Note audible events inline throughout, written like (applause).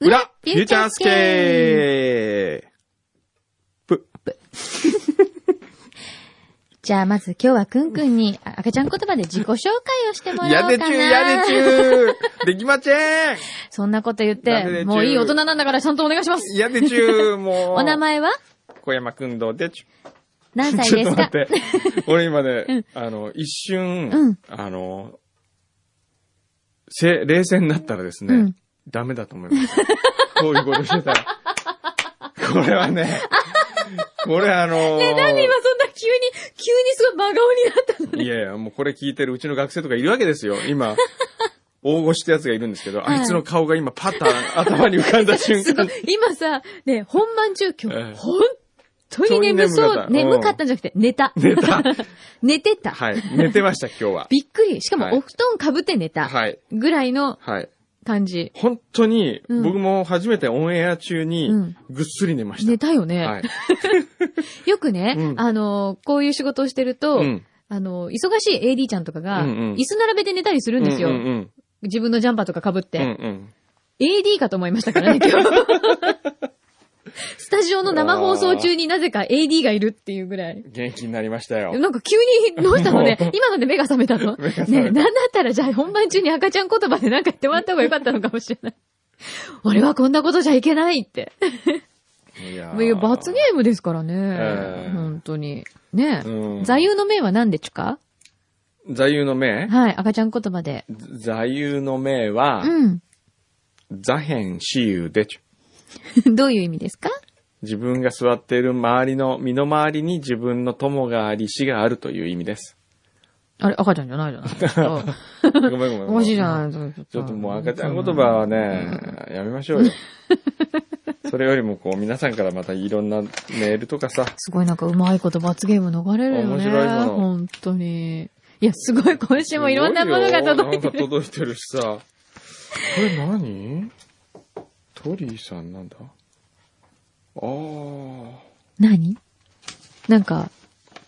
裏フフューチャースケープじゃあまず今日はくんくんにあ赤ちゃん言葉で自己紹介をしてもらやおうかな。でちゅう、やでちゅ (laughs) うできまちぇんそんなこと言っダメでちゅて、うもういい大人なんだからちゃんとお願いします。やでちゅうもう。お名前は小山くんどうでちゅ。何歳 (laughs) ちょでっとす待かって。 (laughs) 俺今うねん、あの、一瞬、うんあの、せ、冷静になったらですね、うんダメだと思い (laughs) ます。こういうことしてたら。これはね、これあのえ、なんで今そんな急に、急にすごい真顔になったのいやいや、もうこれ聞いてるうちの学生とかいるわけですよ。今、大越ってやつがいるんですけど、はいあいつの顔が今パッと頭に浮かんだ瞬すご間い。。今さ、ね、本番中今ええ日、本当に眠そ本う。当に眠眠かかっったたんじゃなくて、寝た。寝た。 (laughs) 寝てた。はい。寝てました、今日は。びっくり。しかはいもお布団かぶって寝た。はい。ぐらいのはい。感じ。本当に、うん僕も初めてオンエア中にうん、ぐっすり寝ました。寝たよね。はい。よくね、うんあの、こういう仕事をしてると、うんあの、忙しい AD ちゃんとかが、うんうん椅子並べて寝たりするんですよ。うんうん自分のジャンパーとか被っうて、ん。うんうん。 AD かと思いました (laughs) からね、今日。スタジオの生放送中になぜか AD がいるっていうぐらい。元気になりましたよ。なんか急に、どうしたの (laughs) ね今ので目が覚めたの目が覚めねたなんだったらじゃあ本番中に赤ちゃん言葉でなんか言ってもらった方がよかったのかもしれない。俺はこんなことじゃいけないって。いやーもう罰ゲームですからね。ええ本当に。ね、うん座右の銘は何でちゅか座右の銘はい、赤ちゃん言葉で。座右の銘は、うん。 (laughs) 座辺私有でちゅ。どういう意味ですか自分が座っている周りの、身の回りに自分の友があり、死があるという意味です。あれ、赤ちゃんじゃないじゃないですか。ごめんごめんごめん。 (laughs) おかしいじゃないですか。ちょっともう赤ちゃん言葉はね、やめましょうよ。それよりもこう、皆さんからまたいろんなメールとかさ、すごいなんかうまいこと罰ゲーム逃れるよね。面白いもの本当に。いや、すごい今週もいろんなものが届いてすごる。よなんか届いてるしさ。これ何トリーさんなんだああ。何なんか、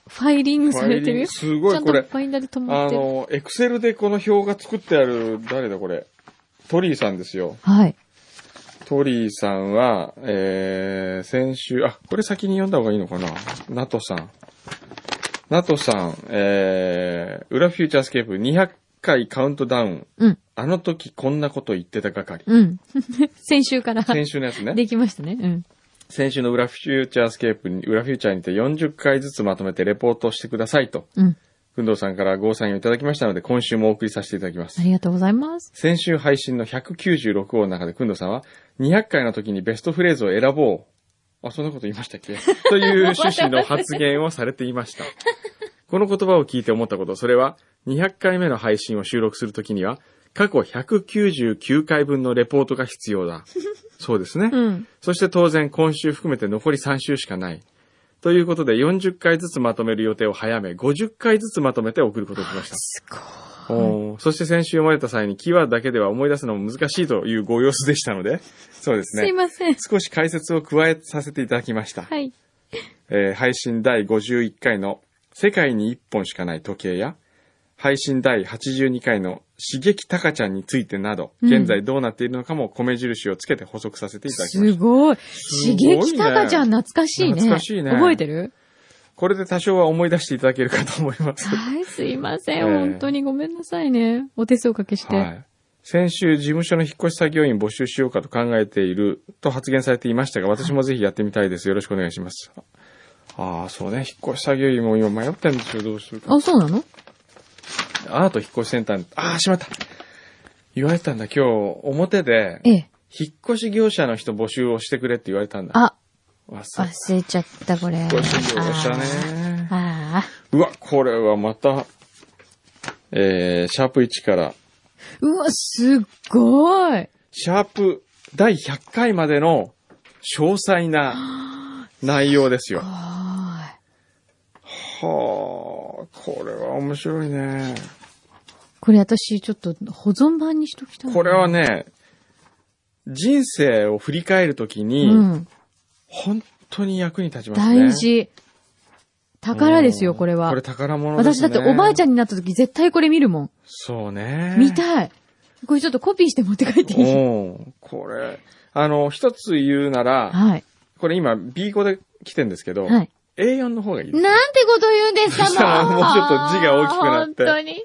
ファイリングされてファイリンるグすごいちゃんことフれァインダーで止まあってる。の、エクセルでこの表が作ってある、誰だこれ。トリーさんですよ。はい。トリーさんは、えー、先週、あ、これ先に読んだ方がいいのかなナトさん。ナトさん、えー、裏フューチャースケープ200回カウントダウン。うん。あの時こんなこと言ってた係。うん。 (laughs) 先週から先週のやつね。できましたね。うん。先週の裏フューチャースケープに、裏フューチャーにて40回ずつまとめてレポートしてくださいと、うん。くんどうさんからゴーサインをいただきましたので、今週もお送りさせていただきますあ。りがとうございます。先週配信の196号の中で、くんどさんは、200回の時にベストフレーズを選ぼう。あ、そんなこと言いましたっけという趣旨の発言をされていました。この言葉を聞いて思ったこと、それは、200回目の配信を収録するときには、過去199回分のレポートが必要だ。そうですね。うん。そして当然今週含めて残り3週しかない。ということで40回ずつまとめる予定を早め、50回ずつまとめて送ることをしました。すごい。おーそして先週読まれた際にキーワードだけでは思い出すのも難しいというご様子でしたので、そうですすいね。ません。少し解説を加えさせていただきました。はい。えー配信第51回の世界に1本しかない時計や、配信第82回の刺激タカちゃんについてなど、うん現在どうなっているのかも米印をつけて補足させていただきましたす。ごい。ごい刺ね激たかちゃん懐かしいね。懐かしいね覚えてるこれで多少は思い出していただけるかと思い (laughs) ます。はい、すいません。ええ本当にごめんなさいね。お手数おかけして。はい。先週、事務所の引っ越し作業員募集しようかと考えていると発言されていましたが、私もぜひやってみたいです。よろしくお願いします。ああ、そうね。引っ越し作業員も今迷ってるんですよ。どうするか。あ、そうなのアート引っ越しセンターに、ああ、しまった。言われたんだ、今日、表で、ええ。引っ越し業者の人募集をしてくれって言われたんだ。あ、あ、そう。引っ忘れちゃった、これ。越し業者ね。あーあうわ、これはまた、えー、シャープ1から、ー。うわ、すっごい。シャープ第100回までの詳細な内容ですよ。ははあ、これは面白いい。ね。これ私、ちょっと保存版にしときたいなこれは、ね、人生を振り返るときうに、ん。本当に役に立ちますね。大事。宝ですよ、これは。これ宝物で私すね。だっておばあちゃん。んになった時絶対これ見るもん。そうね。見たい。これちょっとコピーして持って帰っていいうん。これ、あの、一つ言うなら、はい。これ今 B5 で来てんですけど、はい。 A4 の方がいい。なんてこと言うんですか、さあもう。 (laughs) もうちょっと字が大きくなって本当に。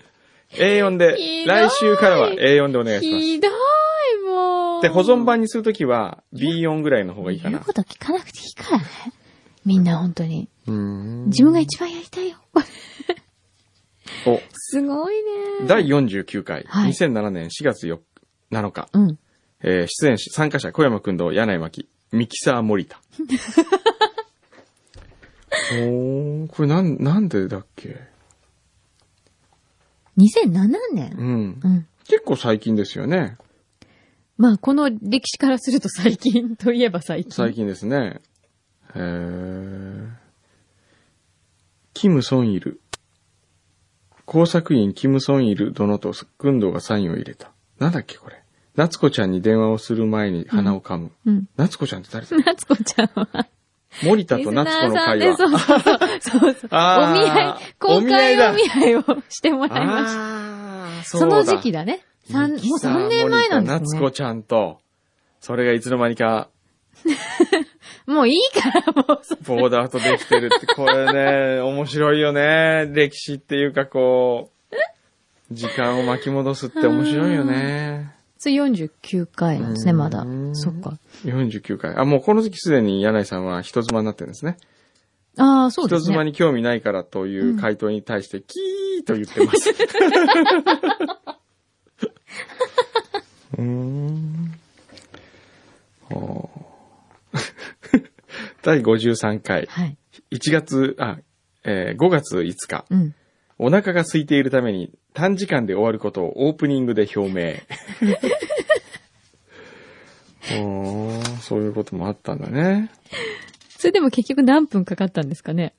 A4 ひどで、い来週からは A4 でお願いします。ひどい、もう。で、保存版にするときは B4 ぐらいの方がいいか言うな。こと聞かなくていいからね。みんな本当に。自自分が一番やりたいよ。 (laughs) お、すごいね。第49回、はい2007年4月4 7日、うん。えー出演し、参加者、小山くんと柳井真紀、ミキサー森田。 (laughs) おー、これなん、なんでだっけ2007う年。んう。ん。結構最近ですよね。まあ、この歴史からすると最近といえば最近。最近ですね。へー。キム・ソンイル。工作員キム・ソンイル殿と軍道がサインを入れた。なんだっけこれ。夏子ちゃんに電話をする前に鼻を噛む。うん。夏子ちゃんって誰だ夏子ちゃんは。森田と夏子の会話。 (laughs) リスナーさんでそうそうそう。そうそう。おあー見合い、公開お見合いをしてもらいました。あーそうだの時期だね。三もう3年前なんで森す田夏ね子。ちゃんと、それがいつの間にかもういいから、もうそ。ボーダーとできてるって、こ (laughs) れね、面白いよね。歴史っていうかこう、時間を巻き戻すって面白いよね。それ49回なんですね、うんまだ。そっか。 49回。あ、もうこの時期すでに柳井さんは人妻になってるんですね。ああ、そうで人すね妻。に興味ないからという回答に対して、キーと言ってます。 (laughs) うーん。ほう (laughs) 第53回、はい。 1月、あ、えー5月5日、うん。お腹が空いているために短時間で終わることをオープニングで表明。おーそういうこともあったんだね。それでも結局何分かかったんですかね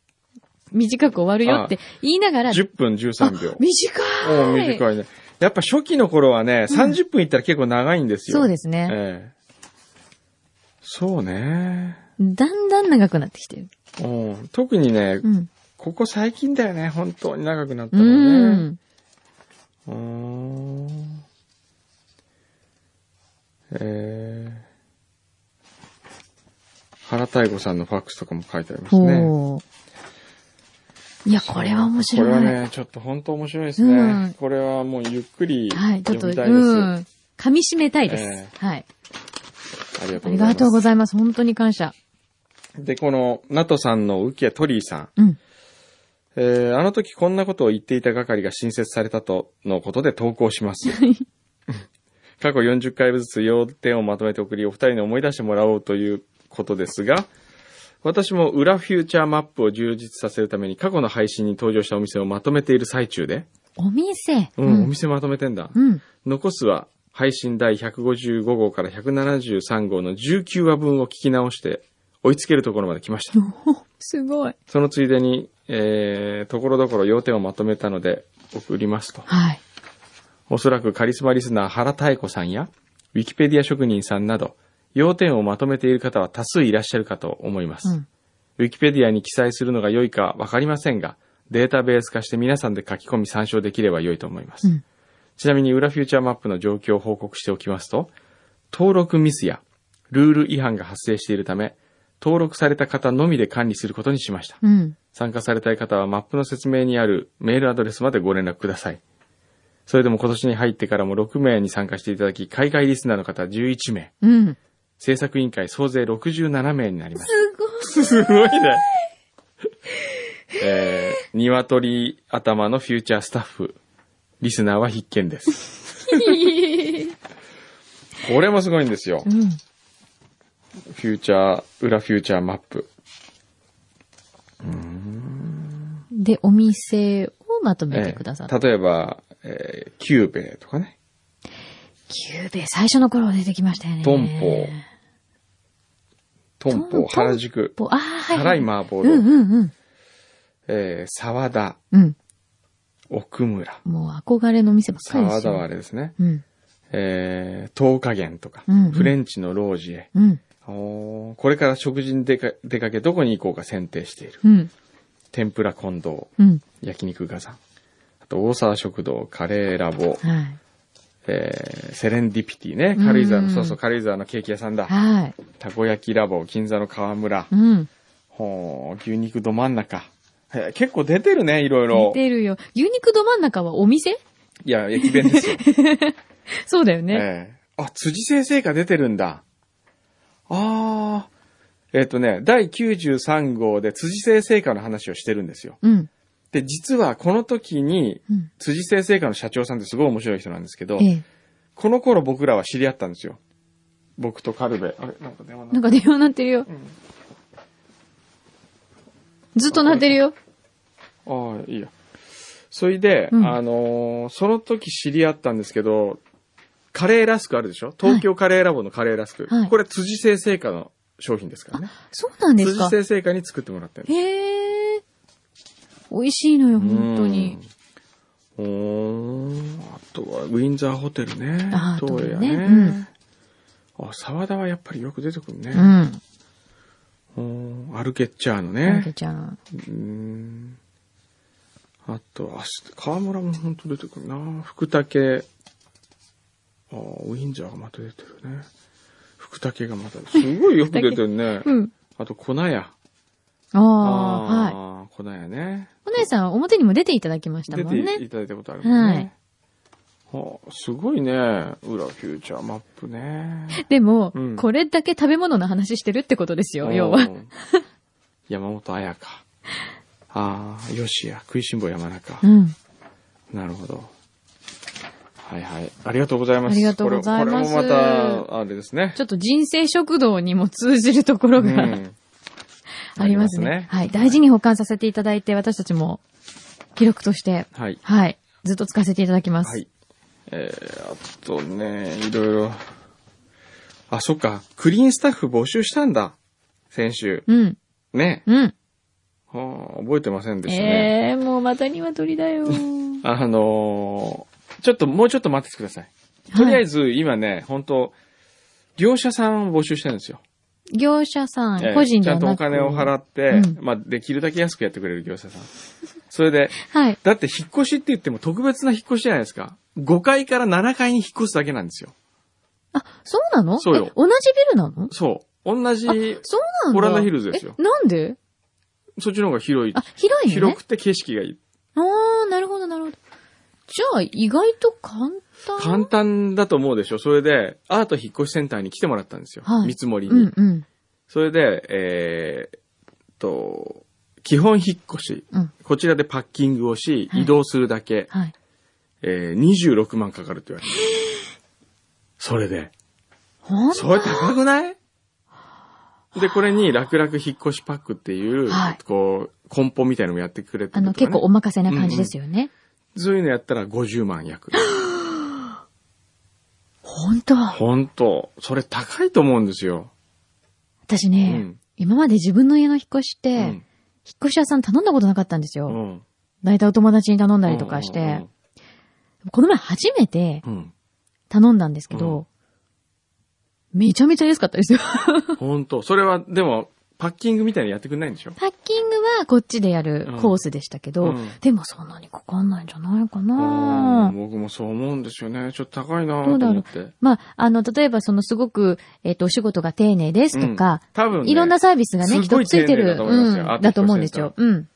短く終わるよって言いながら。 10分13秒。短おーい短いね。やっぱ初期の頃はね、30分いったら結構長いんですよ。そうですすね。ええそうね。だんだん長くなってきてる。うん特にね、うん。ここ最近だよね、本当に長くなったうのはね。ん。うーん。えー。原太吾さんのファックスとかも書いてありますね。ほう。いや、これは面白い。これはね、ちょっと本当面白いですね。うんこれはもうゆっくりはい、ちょっと、う読みたいです。あん。噛み締めたいです。えはい。りがとあうりございまがすとう。ございます。本当に感謝。で、この、ナトさんの浮家トリーさん。うん。えー、あの時こんなことを言っていた係が新設されたとのことで投稿します。過去40回ずつ要点をまとめて送り、お二人に思い出してもらおうということですが、私も裏フューチャーマップを充実させるために過去の配信に登場したお店をまとめている最中で、お店。うん、お。店まとめてんだ。うん。残すは配信第155号から173号の19話分を聞き直して追いつけるところまで来ました。すごい。そのついでに、えー、ところどころ要点をまとめたので送りますと。はい。おそらくカリスマリスナー原太子さんや、ウィキペディア職人さんなど、要点をまとめている方は多数いらっしゃるかと思います。うん。ウィキペディアに記載するのが良いかわかりませんが、データベース化して皆さんで書き込み参照できれば良いと思います。うんちなみに裏フューチャーマップの状況を報告しておきますと、登録ミスやルール違反が発生しているため、登録された方のみで管理することにしました。うん。参加されたい方はマップの説明にあるメールアドレスまでご連絡ください。それでも今年に入ってからも6名に参加していただき、海外リスナーの方11名、うん。制作委員会総勢67名になりましすごい。た。すごいね。えー、鶏頭のフューチャースタッフ、リスナーは必見です。いいこれもすごいんですよ。うん。フューチャー、裏フューチャーマップ。で、お店をまとめてえくださった。え例えば、えーキューベとかね。キューベ、最初の頃出てきましたよね。トントントンポ、原宿、ポ。ああ、はい、辛、はいい。麻婆うん丼、うんうん。えー沢田、うん。奥村、もう憧れの店ばっかりで沢す田よ。はあれですね。うん。えー、東加減とか、うんうんフレンチのロージエ、うん。おーこれから食事に出か出かけ、どこに行こうか選定している。うん。天ぷら近藤、うん。焼肉ガザン。あと、大沢食堂、カレーラボ、はい。えー、セレンディピティね。うん軽井沢の、そうそう、軽井沢のケーキ屋さんだ。はい。たこ焼きラボ、銀座の川村。うん。ほー、牛肉ど真ん中。えー結構出てるね、いろいろ似。てるよ。牛肉ど真ん中はお店いや、駅 (laughs) 弁ですよ。そうだよね。ええあ、辻先生が出てるんだ。あー。えっ、とね、第93号で辻先生家の話をしてるんですよ。うん。で、実はこの時に、うん。辻先生家の社長さんってすごい面白い人なんですけど、ええ。この頃僕らは知り合ったんですよ。僕とカルベ。あれなんか電話ななんか電話鳴ってるよ。ずっと鳴ってるよ。ああ、いいや。それで、うんあのーその時知り合ったんですけど、カレーラスクあるでしょ東京カレーラボのカレーラスク。はいこれ辻先生家の商品ですからね。そうなんです辻か。先生家に作ってもらってる。へえ。美味しいのよ、本当に。うーん。あとは、ウィンザーホテルね。あー東映や東映ねね。あ、沢田はやっぱりよく出てくるうね。ん。うん。アルケッチャーのマケね。ちゃん。。うーん。あと、あ、し川村も本当出てくるな。福武。あーウィンザーがまた出てるね。福武がまた、すごいよく出てるね (laughs) うん。あと、粉屋。ああ、はい。い。粉屋ね。お姉さん、表にも出ていただきました出もんてね。いただいたことあるもんね。ははいあ、すごいね。裏フューチャーマップね。でも、うんこれだけ食べ物の話してるってことです (laughs) よ、要うは。ん。山本彩香。ああ、よしや、食いしん坊山 (laughs) 中う。ん。なるほど。はいはい。ありがとうございます。ありがとうございますこれこれもまた、あれですね。ちょっと人生食堂にも通じるところうが、んありますありねますねはい。大事に保管させていただいて、私たちも記録として、はい。はい。ずっと使わせていただきます。はい。えー、あとね、いろいろ。あ、そっか。クリーンスタッフ募集したんだ。先週。うん。ね。うん。はあ、覚えてませんでしたね。ええー、もうまた鶏だよ。あのーちょっともうちょっと待っててください。 (laughs) とりあえず。ず今ね、本当業者さんを募集してるんですよ。業者さん、ええ個人でちゃはんとなおく金を払って、うんまあ、できるだけ安くやってくれる業者さん。それで、はい。だって引っ越しって言っても特別な引っ越しじゃないですか。5階から7階に引っ越すだけなんですよ。あ、そうなのそうよえ同じビルなのそう。同じ、そうなんだ。オランダヒルズですよえなんでそっちの方が広い。あ、広いね。広くて景色がいい。ああ、なるほど、なるほど。じゃあ、意外と簡単。簡単だと思うでしょ。それで、アート引っ越しセンターに来てもらったんですよ。はい見積もりに。うんうん。それで、えーっと、基本引っ越し。うんこちらでパッキングをし、はい移動するだけ、はい。えー、26万かかるって言われてる。それで。ほんそれ高くないで、これに楽々引っ越しパックっていう、はいこう、梱包みたいなのもやってくれてるとあかね、の、結構お任せな感じですよね。そういうのやったら50万約。ほんと。本当それ高いと思うんですよ。私うね、ん。今まで自分の家の引っ越しって、う引っん越し屋さん頼んだことなかったんですよ。うん。大体お友達に頼んだりとかして、この前初めてうん。うん。頼んだんですけど、めちゃめちゃ安かったです (laughs) よ。本当それは、でも、パッキングみたいにやってくんないんでしょパッキングはこっちでやるコースでしたけど、うんでもそんなにかかんないんじゃないかうな、ん僕もそう思うんですよね。ちょっと高いなどうとだろ思うって。まあ、あの、例えばそのすごく、えっ、と、お仕事が丁寧ですとか、多分ね、いろんなサービスがね、きっすごといついて丁寧る、だと思いますようん、だと思うんですよ。うん。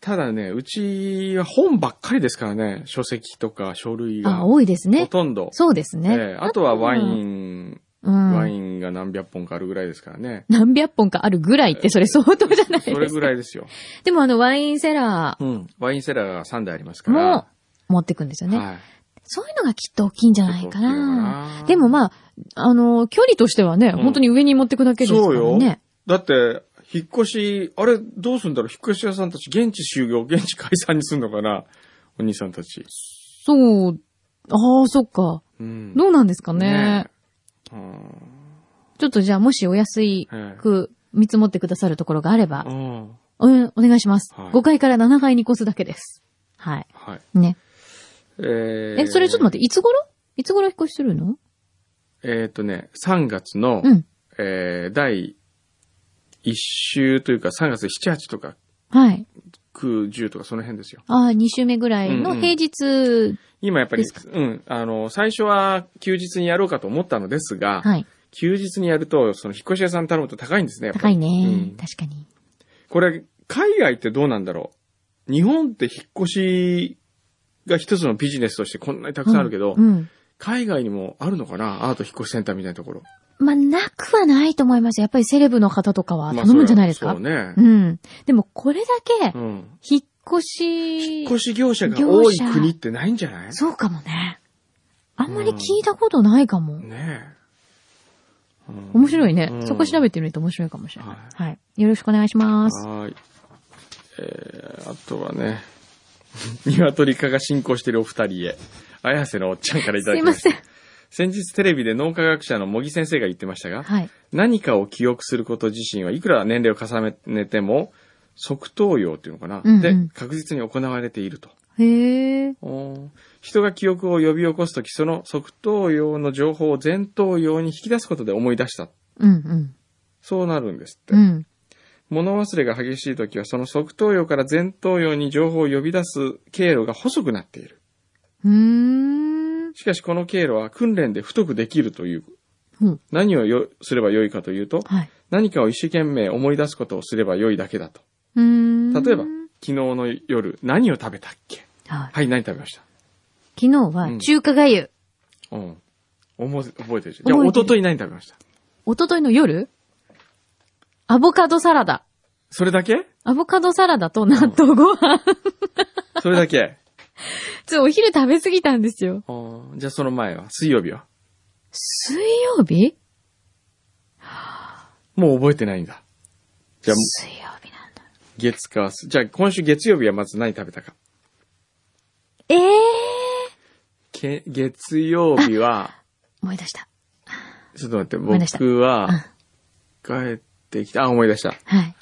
ただね、うちは本ばっかりですからね。書籍とか書類が。あ、多いですほね。とんど。そうですね。ええあとはワイン。ン、うん。ワインが何百本かあるぐらいですからね。何百本かあるぐらいって、それ相当じゃないですか。それぐらいですよ。でもあの、ワインセラーうん。ワインセラーが3台ありますから。も持ってくんですよね。はい。そういうのがきっと大きいんじゃないかな。でもあ。まあ、あの、距離としてはね、ん本当に上に持ってくだけですかそうらよね。だって、引っ越し、あれ、どうすんだろう引っ越し屋さんたち、現地就業、現地解散にすんのかなお兄さんたち。そう。ああ、そっか。うん。どうなんですかね。え。うん。ちょっとじゃあ、もしお安いええく見積もってくださるところがあればう、ん。うん、お願いします。はい5階から7階に越すだけです。はい。はい。ね。えーえ、それちょっと待って、いつ頃いつ頃引っ越しするのえっ、とね、3月の、うん。えー第1週というか、3月7、8とか、はい。 9、10とか、その辺ですよ。ああ、2週目ぐらいうんのうん平日、今やっぱりです、うん、あの、最初は休日にやろうかと思ったのですが、はい。休日にやると、その引っ越し屋さん頼むと高いんですね、やっぱ高りいね、うん確かに。これ、海外ってどうなんだろう日本って引っ越しが一つのビジネスとしてこんなにたくさんあるけど、うん。うん海外にもあるのかなアート引っ越しセンターみたいなところ。まあ、なくはないと思います。やっぱりセレブの方とかはまあ頼むんじゃないですか、そうねう。ん。でも、これだけう、ん。引っ越し、引っ越し業者が多い国ってないんじゃないそうかもね。あんまり聞いたことないかも。ねえ。うん面白いね、うんそこ調べてみると面白いかもしれない。ははい。よろしくお願いします。はーい。えー、あとはね、 (laughs) 鶏科が進行しているお二人へ、綾瀬のおっちゃんからいすただいきまましせた。ん。先日テレビで脳科学者の茂木先生が言ってましたが、はい。何かを記憶すること自身はいくら年齢を重ねても、即答用っていうのかな、うんうんで、確実に行われていると。へえ。おー人が記憶を呼び起こすとき、その即答用の情報を前頭用に引き出すことで思い出した。うんうん。そうなるんですって。うん。物忘れが激しいときは、その側頭葉から前頭葉に情報を呼び出す経路が細くなっている。うーん。しかしこの経路は訓練で太くできるという。うん何をよすればよいかというと、はい。何かを一生懸命思い出すことをすればよいだけだと。うーん。例えば、昨日の夜、何を食べたっけはいはい、何食べました昨日は中華粥、ゆうん。思い覚えてるじゃん。じゃあ、覚え一てる昨日何食べました一昨日の夜アボカドサラダ。それだけアボカドサラダと納豆ご飯。それだけ (laughs) つ、お昼食べ過ぎたんですよ。あーじゃあ、その前は水曜日は水曜日もう覚えてないんだ。じゃあ、水曜日なんだ。月火水。じゃあ、今週月曜日はまず何食べたか。ええけ月曜日は、ー、思い出した。ちょっと待思い出っ、してた僕は、帰ってきた。あ、思い出した。はい。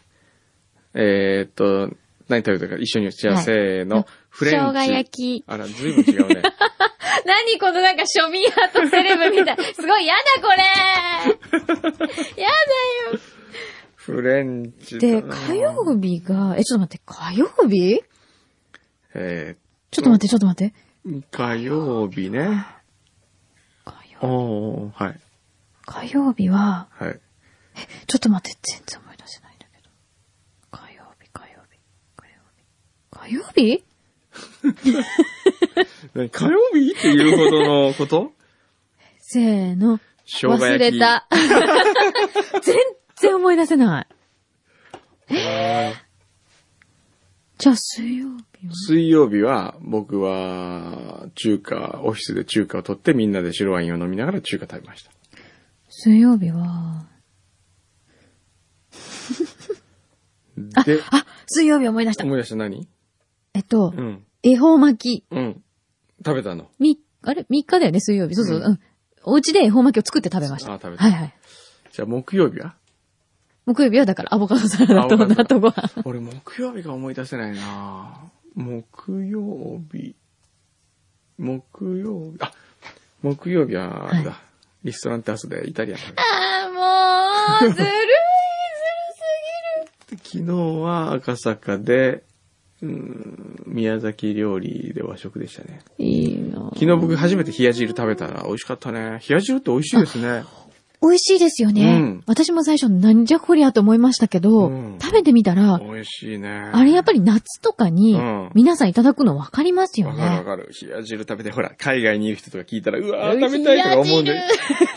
えー、っと、何食べたか一緒に打ち合わせはいの、フレンチ。生姜焼き。あら、ずいぶん違う (laughs) ね。何このなんか庶民派とセレブみたい。 (laughs) すごいやだこれやフレンチだよで、だな火曜日が、え、ちょっと待って、火曜日えちょっと待って、ちょっと待って。ー、火曜日ね。火曜おー、はい、火曜日は、はい。ちょっと待って、全然思い出せないんだけど。火曜日、火曜日、火曜日。火曜日何火曜日っていうほどのこと (laughs) せーの。生姜忘焼き。れた。 (laughs) 全然思い出せない。はい。じゃあ、水曜日は水曜日は、僕は、中華、オフィスで中華を取って、みんなで白ワインを飲みながら中華食べました。水曜日は、で、あ、水曜日思い出した。思い出した何えっと、うん。恵方巻き。うん。食べたの。み、あれ ?3 日だよね、水曜日。そうそう。ううんん。お家で恵方巻きを作って食べました。あ食べたはいはい。じゃあ、木曜日は木曜日はだからアボカドサラダアボとカ納ド豆ご飯。俺、木曜日が思い出せないな木曜日。木曜日。あ、木曜日は、あれだ。リストランテアスでイタリアン食べた。あーもう、ずるい、ずる昨日は赤坂で、うん、宮崎料理で和食でしたね。 (laughs) すぎる。いいな昨日僕初めて冷や汁食べたら美味しかったね。冷や汁って美味しいですね。美味しいですよね。うん私も最初なんじゃこりゃと思いましたけど、うん食べてみたら、美味しいね。ああれやっぱり夏とかにうん皆さんいただくの分かりますよわかるわね。かる。冷や汁食べて、ほら、海外にいる人とか聞いたら、うわうーん食べたいとか思うんだよ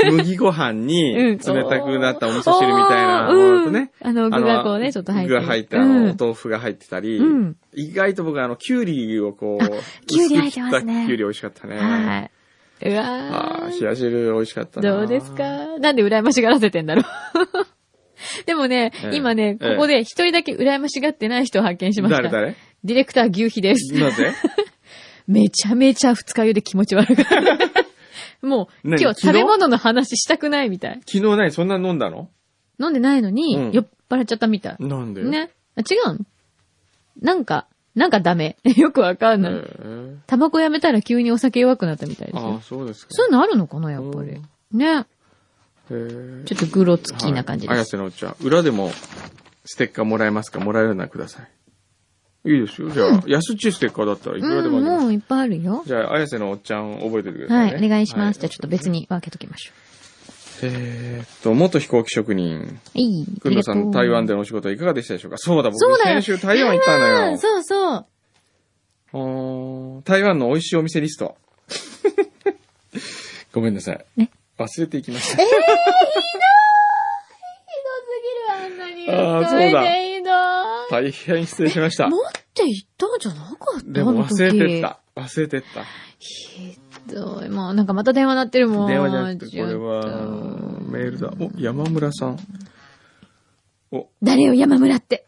冷。麦ご飯に、うん冷そうたくなったお味噌汁みたいなものとね。あの、具あのがこうね、ちょっと入って具る。が入った、あうのんお豆腐が入ってたり、うん意外と僕はあの、キュウリをこう、キュウリ入っ薄くて切まっすたねキュウリ美味しかったね。はい。うあわあ、ー冷や汁美味しかったな。どうですかなんで羨ましがらせてんだろう。 (laughs) でもね、ええ今ね、こええこで一人だけ羨ましがってない人を発見しました。誰誰ディレクター牛皮です。なぜめちゃめちゃ二日酔いで気持ち悪かった。 (laughs) もう、今何日食べ物の話したくないみたい。昨日何そんな飲んだの飲んでないのに、うん酔っ払っちゃったみたい。なんでね。あ違うのなんか、なんかダメ。 (laughs) よくわかんなえい。ータバコやめたら急にお酒弱くなったみたいですああ、よ。そうですか。そういうのあるのかな、やっぱり。ね。へーちょっとグロつきな感じはでい綾す。瀬のお茶。裏でも、ステッカーもらえますかもらえるならください。いいですよ。じゃあ、安っちいステッカーだったらいくらでうん、もあげます。もういっぱいあるよ。じゃあ、綾瀬のおっちゃん覚えておいてくださ、はいね。い、お願いします。はじゃあちょっと別。に分けときましょえーっと、元飛行機職人、う。いい。くんどさん、台湾で。でのお仕事はいかがでしたでしょうかそうだ、僕そうだよ先週台湾行ったのあよあ、。そうそう。おー台湾の美味しいお店リ (laughs) スト。ごめんなさい。ね忘れていきました。ひどすぎる、あんなに。あーそうだれでひどい大変失礼しました。持って行ったんじゃなかったでも忘れてっあのた。忘れてった。時ひどい。もうなんかまた電話鳴ってるもん。電話じゃなくて、ちょこっれとは、メールだ。お、山村さん。お、誰よ、山村って。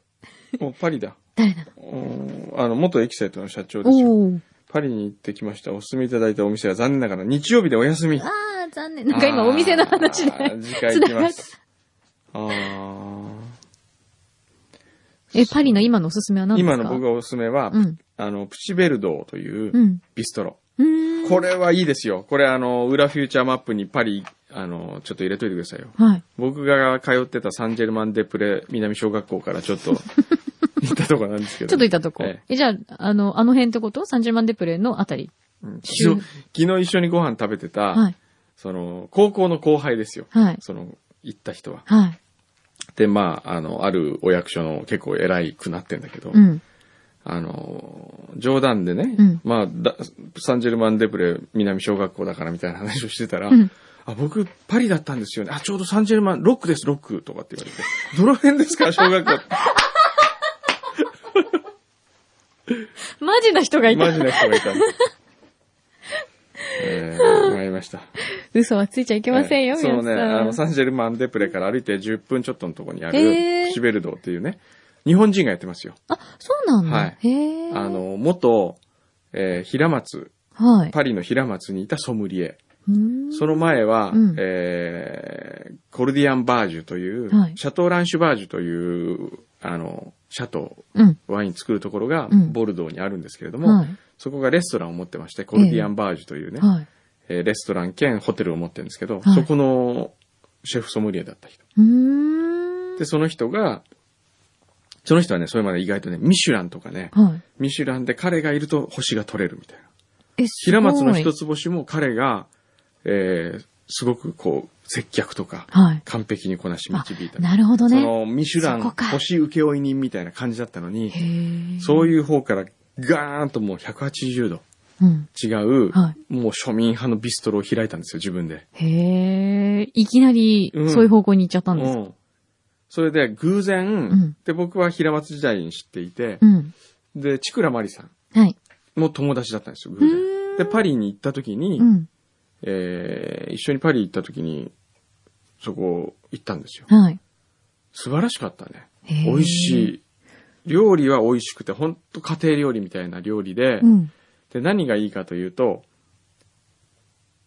お、パリだ。誰なのおあの、元エキサイトの社長ですよ。おー。パリに行ってきました。お勧めいただいたお店は残念ながら日曜日でお休み。ああ、残念。なんか今お店の話であ。ー次回行きま繋がっす。あーえ、パリの今のおすすめは何ですか今の僕は。がおすすめは、うん。あの、プチベルドーといううんビストロ。うーん。これはいいですよ。これあの、裏フューチャーマップにパリ、あの、ちょっと入れといてくださいよ。はい。僕が通ってたサンジェルマンデプレ南小学校からちょ (laughs) っと行ったとこなんですけど。ちょっといたとこえ。え、じゃあ、あの、あの辺ってこと ?30 万デプレのあたり。うん昨日昨日一緒にご飯食べてた、はい。その、高校の後輩ですよ。はい。その、行った人は。はい。で、まあ、あの、あるお役所の結構偉いくなってんだけど、うん。あの、冗談でね、うんまあだサンジェルマンデプレ南小学校だからみたいな話をしてたら、うんあ、僕、パリだったんですよね。あ、ちょうどサンジェルマン、ロックです、ロックとかって言われて。どの辺ですか、小学校。マジな人がいマた。ジな人がい (laughs) たんで。えー、参りました。嘘はついちゃいけませんよ、えー皆そさ。うんね、あの、サンジェルマンデプレから歩いて10分ちょっとのとこにあへーる、プシベルドっていうね、日本人がやってますよ。あ、そうなんだ。はいへえ。あ、の、元、えー平松、はい。パリの平松にいたソムリエ。うーんその前は、うんえーコルディアンバージュという、はいシャトーランシュバージュという、あの、シャトうん。ー、ワイン作るところがうんボルドーにあるんですけれども、はい。そこがレストランを持ってまして、コルディアンバージュというね、はい。えーレストラン兼ホテルを持ってるんですけど、はいそこのシェフソムリエだった人。うーん。で、その人が、その人はね、それまで意外とね、ミシュランとかね、はい。ミシュランで彼がいると星が取れるみたいな。え、平松の一つ。つ星も彼が、えー、すごくこう、接客とか、はい。完璧にこなし導いた。なるほどそね。の、ミシュランそこか星請負人みたいな感じだったのにへ、え。そういう方からガーンともう180度うん。違う、はもう庶民派のビストロを開いたんですよ、自分で。へえ。いきなりう、んそういう方向に行っちゃったんですかうんそれで偶然、んで、僕は平松時代に知っていて、うん。で、チクラマリさんはい。も友達だったんですよ、偶う然。ーん。で、パリに行った時に、うん。えー一緒にパリ行った時に、そこ行ったんですよ。はい。素素晴らしかったね。い美味しい。料理は美味しくて、ほんと家庭料理みたいな料理で、うん。で、何がいいかというと、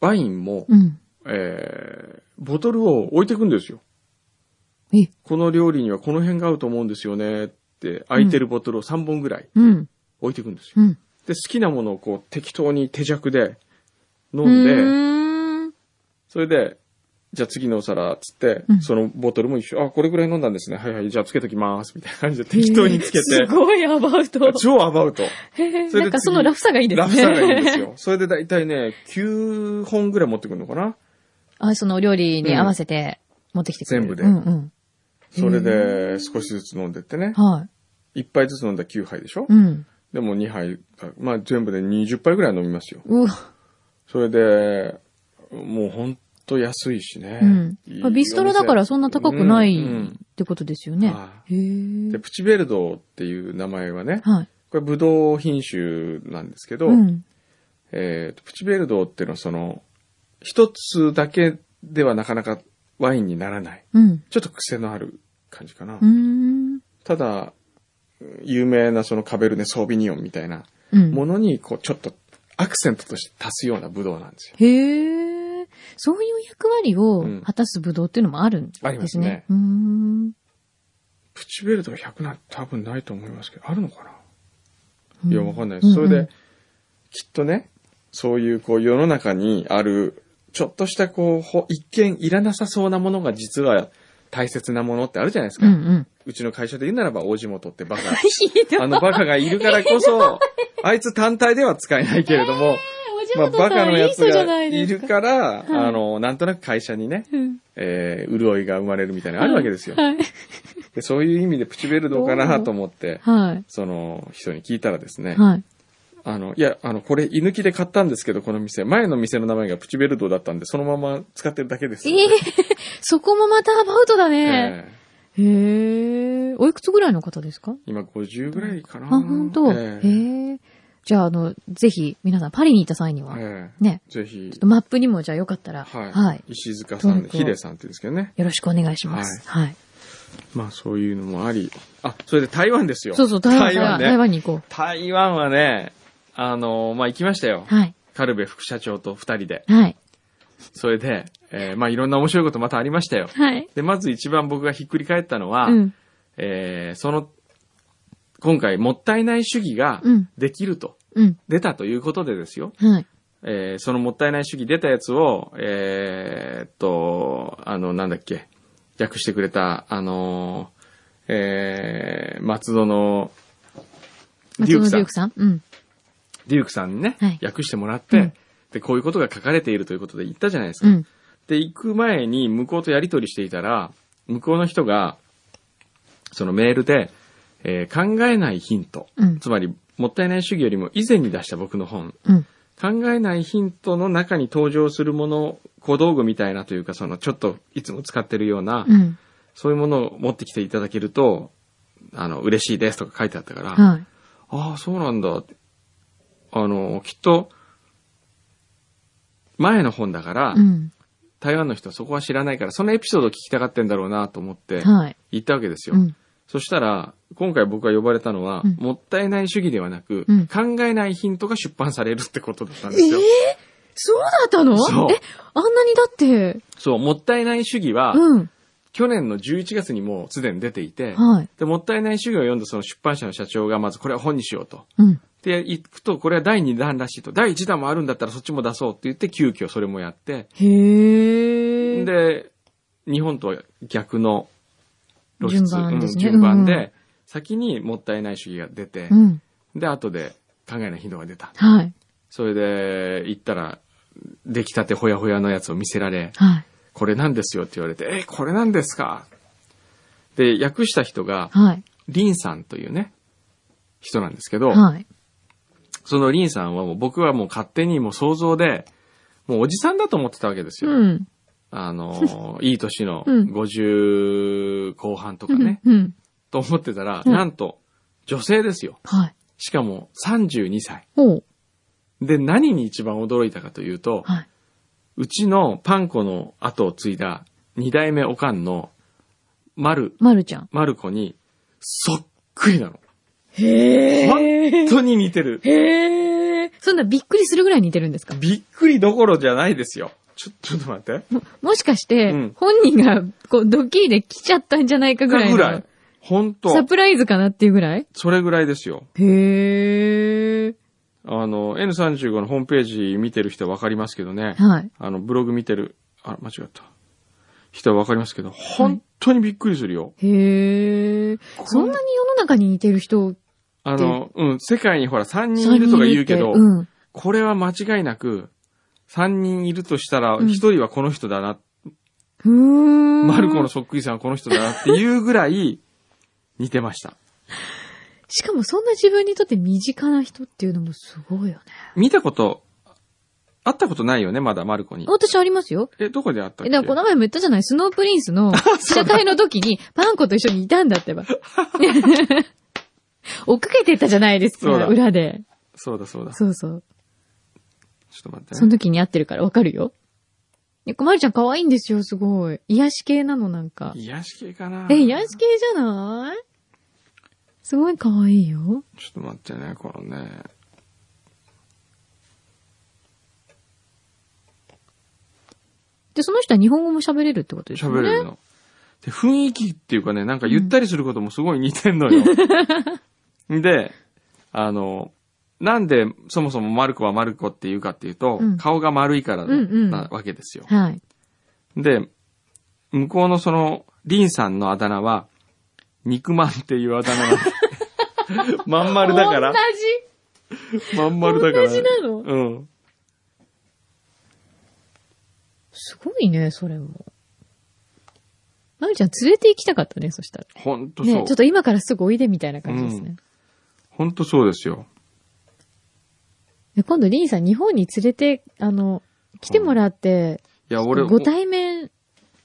ワインも、うん。えーボトルを置いてくんですよ。え、この料理にはこの辺が合うと思うんですよねって、空いてるボトルを3本ぐらいうん。置いてくんですよ。うん。で、好きなものをこう適当に手酌で飲うんで、ーん。それで、じゃあ次のお皿、つって、うんそのボトルも一緒、あ、これぐらい飲んだんですね。はいはい、じゃあつけときます。みたいな感じで適当につけへえすて、ごいアバウト。超アバウト。へえそれで次なんかそのラフさがいいですね。ラフさがいいんです。よ。それで大体ね、9本ぐらい持ってくるのかなあ、そのお料理に合わせて。持ってきてくれる。全部でうんうん。それで少しずつ飲んでってね。はい。 1杯ずつ飲んだら9杯でしょうん。でも2杯が、まあ全部で20杯ぐらい飲みますよ。うわ。それで、もうほんと安いしね。うんいいまあビストロだからそんな高くないうんうんってことですよね。はへえ。で、プチベルドっていう名前はね、はい。これブドウ品種なんですけど、うん。えーとプチベルドっていうのはその、一つだけではなかなかワインにならない。うん。ちょっと癖のある感じかな。うーん。ただ、有名なそのカベルネ・ソービニオンみたいなうん。ものに、こう、ちょっとアクセントとして足すようなブドウなんですよ。へえ。そういう役割をうん果たすブドウっていうのもあるんですね。ありますねうーん。プチベルド100なんて多分ないと思いますけど、あるのかな、いや、わかんないでうす。うそれで、、きっとね、そういうこう世の中にある、ちょっとしたこう、ほ一見いらなさそうなものが実は大切なものってあるじゃないですうか。んうん。うちの会社で言うならば、大地元ってバカ。ひどい。 (laughs) あのバカがいるからこそ、あいつ単体では使えないけれども、まあバカのやつがいるから、はいあの、なんとなく会社にね、うん。えー、潤いが生まれるみたいなのあるわけですよ。はい。でそういう意味でプチベルドかなと思って、はい。その人に聞いたらですね、はい。あの、いや、あの、これ、居抜きで買ったんですけど、この店。前の店の名前がプチベルドだったんで、そのまま使ってるだけです。ええ (laughs) そこもまたアバウトだね。ええへえ。おいくつぐらいの方ですか今50ぐらいかな。あ、本当。えへええ。じゃあ、あの、ぜひ、皆さん、パリに行った際には、ええね、ぜひちょっ、とマップにも、じゃあよかったら、はい、はい。石塚さん、登録をヒデさんって言うんですけどね。よろしくお願いします。はい。まあ、そういうのもあり。あ、それで台湾ですよ。そうそう、台湾、台台湾湾ね台湾に行こ台湾はね、あの、まあ、行きましたよう。。はい。カルベ副社長と二人で。はい。それで、えーまあ、いろんな面白いことまたありましたよ。はい。で、まず一番僕がひっくり返ったのは、うん。えーその、今回、もったいない主義がうんできると、うん。出たということでですよ。はい。えーそのもったいない主義出たやつを、えーっと、あの、なんだっけ、訳してくれた、あのー、えー松戸の、デュ松ー野クさデュークさんうんん。デュークさんにね、はい訳してもらって、うんで、こういうことが書かれているということで言ったじゃないですか。うん。で、行く前に向こうとやり取りしていたら、向こうの人が、そのメールで、えー考えないヒント。うんつまり、もったいない主義よりも以前に出した僕の本。うん。考えないヒントの中に登場するもの、小道具みたいなというか、その、ちょっといつも使ってるような、うん。そういうものを持ってきていただけると、あの、嬉しいですとか書いてあったから、あはい。あ、そうなんだ。あの、きっと、前の本だから、うん。台湾の人はそこは知らないから、そのエピソードを聞きたがってんだろうなと思って、はい。行ったわけですよ。うん。そしたら、今回僕が呼ばれたのは、うんもったいない主義ではなく、うん考えないヒントが出版されるってことだったんですよ。そうだったのそうえ、あんなにだって、そう、もったいない主義は、うん。去年の11月にもうすでに出ていて、はい。で、もったいない主義を読んだその出版社の社長が、まずこれは本にしようと。うん。で、行くと、これは第2弾らしいと。第1弾もあるんだったらそっちも出そうって言って、急遽それもやって、へえ。、で、日本とは逆の露出順番ですねうん順番で、うんう先にもったいない主義が出てう、ん。で、後で考えない頻度が出た。はい。それで、行ったら、出来たてほやほやのやつを見せられ、はい。これなんですよって言われて、え、これなんですかで、訳した人が、はい。リンさんというね、人なんですけど、はい。そのリンさんはもう僕はもう勝手にもう想像で、もうおじさんだと思ってたわけですよ。うん。あ (laughs) のー、いい年のうん50後半とかね、うん。と思ってたら、うんなんと、女性ですよ。はい。しかも32歳。おう。で、何に一番驚いたかというと、はうちのパン粉の後を継いだ二代目おかんの、まる、い。まるちゃん。まる子に、そっくりなの。へ本当に似てる。へえ。そんなびっくりするぐらい似てるんですかびっくりどころじゃないですよ。ちょ、ちょっと待って。ももしかしうんて、本人が、こう、ドッキリで来ちゃったんじゃないかぐらいぐらのい。。本サ当プライズかなっていうぐらいそれぐらいですよ。へえ。あの、N35 のホームページ見てる人はわかりますけどね。はい。あの、ブログ見てる、あ、間違った。人はわかりますけど、本当にびっくりするよ。へえ。そんなに世の中に似てる人、あの、うん、世界にほら3人いるとか言うけど、うん。これは間違いなく、3人いるとしたら、うん1人はこの人だな、うーん。マルコのそっくりさんはこの人だなっていうぐらい似てました。しかもそんな自分にとって身近な人っていうのもすごいよね。見たこと、会ったことないよね、まだマルコに。私ありますよ。え、どこで会ったっえ、けだからこの前も言ったじゃない、スノープリンスの試写会の時に、パンコと一緒にいたんだってば。 (laughs) 追っかけてったじゃないですそうか、だ裏で。そうだそうだ。ちょそうそう。っと待ってそね。の時に会ってるからわかるよ。ね、こまるちゃん可愛いんですよ、すごい。癒し系なの、なんか。癒し系かなえ、癒し系じゃないすごい可愛いよ。ちょっと待ってね、このね。で、その人は日本語も喋れるってことですよね。喋れるの。で、雰囲気っていうかね、なんかゆったりすることもすごい似てんのよ。で、あの、なんでそもそもマルコはマルコっていうかっていうと、うん顔が丸いからうんうんなわけですよ。はい。で、向こうのその、リンさんのあだ名は、肉まんっていうあだ名な (laughs) んでまん丸だから同、まん丸だから。同じなのうん。じすごいね、それも。まるちゃん連れて行きたかったね、そしたら。ほんとそう。ね、ちょっと今からすぐおいでみたいな感じですね。ほんとそうですよ。で今度、リンさん、日本に連れて、あの、来てもらって、いや、俺、ご対面、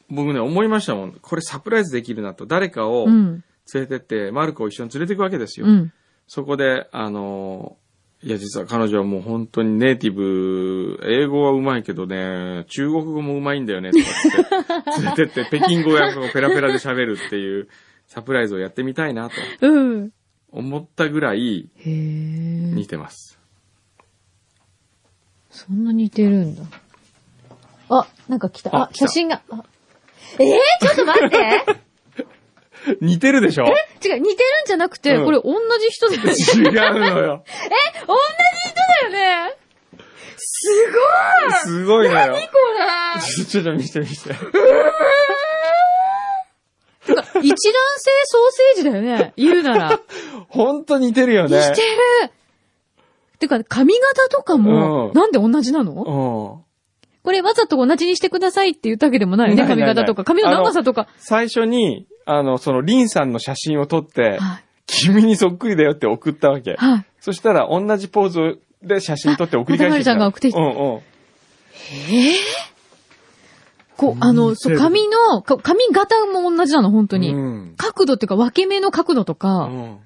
僕ね、思いましたもん。これサプライズできるなと。誰かをう連ん、れてって、マルコを一緒に連れていくわけですよ。うん、そこで、あのーいや、実は彼女はもう本当にネイティブ、英語は上手いけどね、中国語も上手いんだよね、とか (laughs) って、連れてって、北京語やペラペラで喋るっていうサプライズをやってみたいなとうん。思ったぐらいへえ、似てます。そんな似てるんだ。あ、なんか来た。あ、あ来た写真が。あえー、ちょっと待って (laughs) 似てるでしょ違う、似てるんじゃなくて、うんこれ同じ人だ (laughs) よね。違う (laughs) のよ。同じ人だよねすごいすごいのよ。これちょちょっと見せて見せて。一卵性ソーセージだよね。言うなら。本当似てるよね。似てるてか、髪型とかも、うんなんで同じなのうん。これわざと同じにしてくださいって言ったわけでもないよね。ない髪ない型とか。髪の長さとか。最初に、あの、その、リンさんの写真を撮って、はい。君にそっくりだよって送ったわけ。はい。そしたら、同じポーズで写真撮って送り返してきた。あまたまるちゃんが送ってきたうんうん。こう、あの、似てそう、る髪の、か髪型も同じなの、本当に。うん角度っていうか、分け目の角度とうか、ん。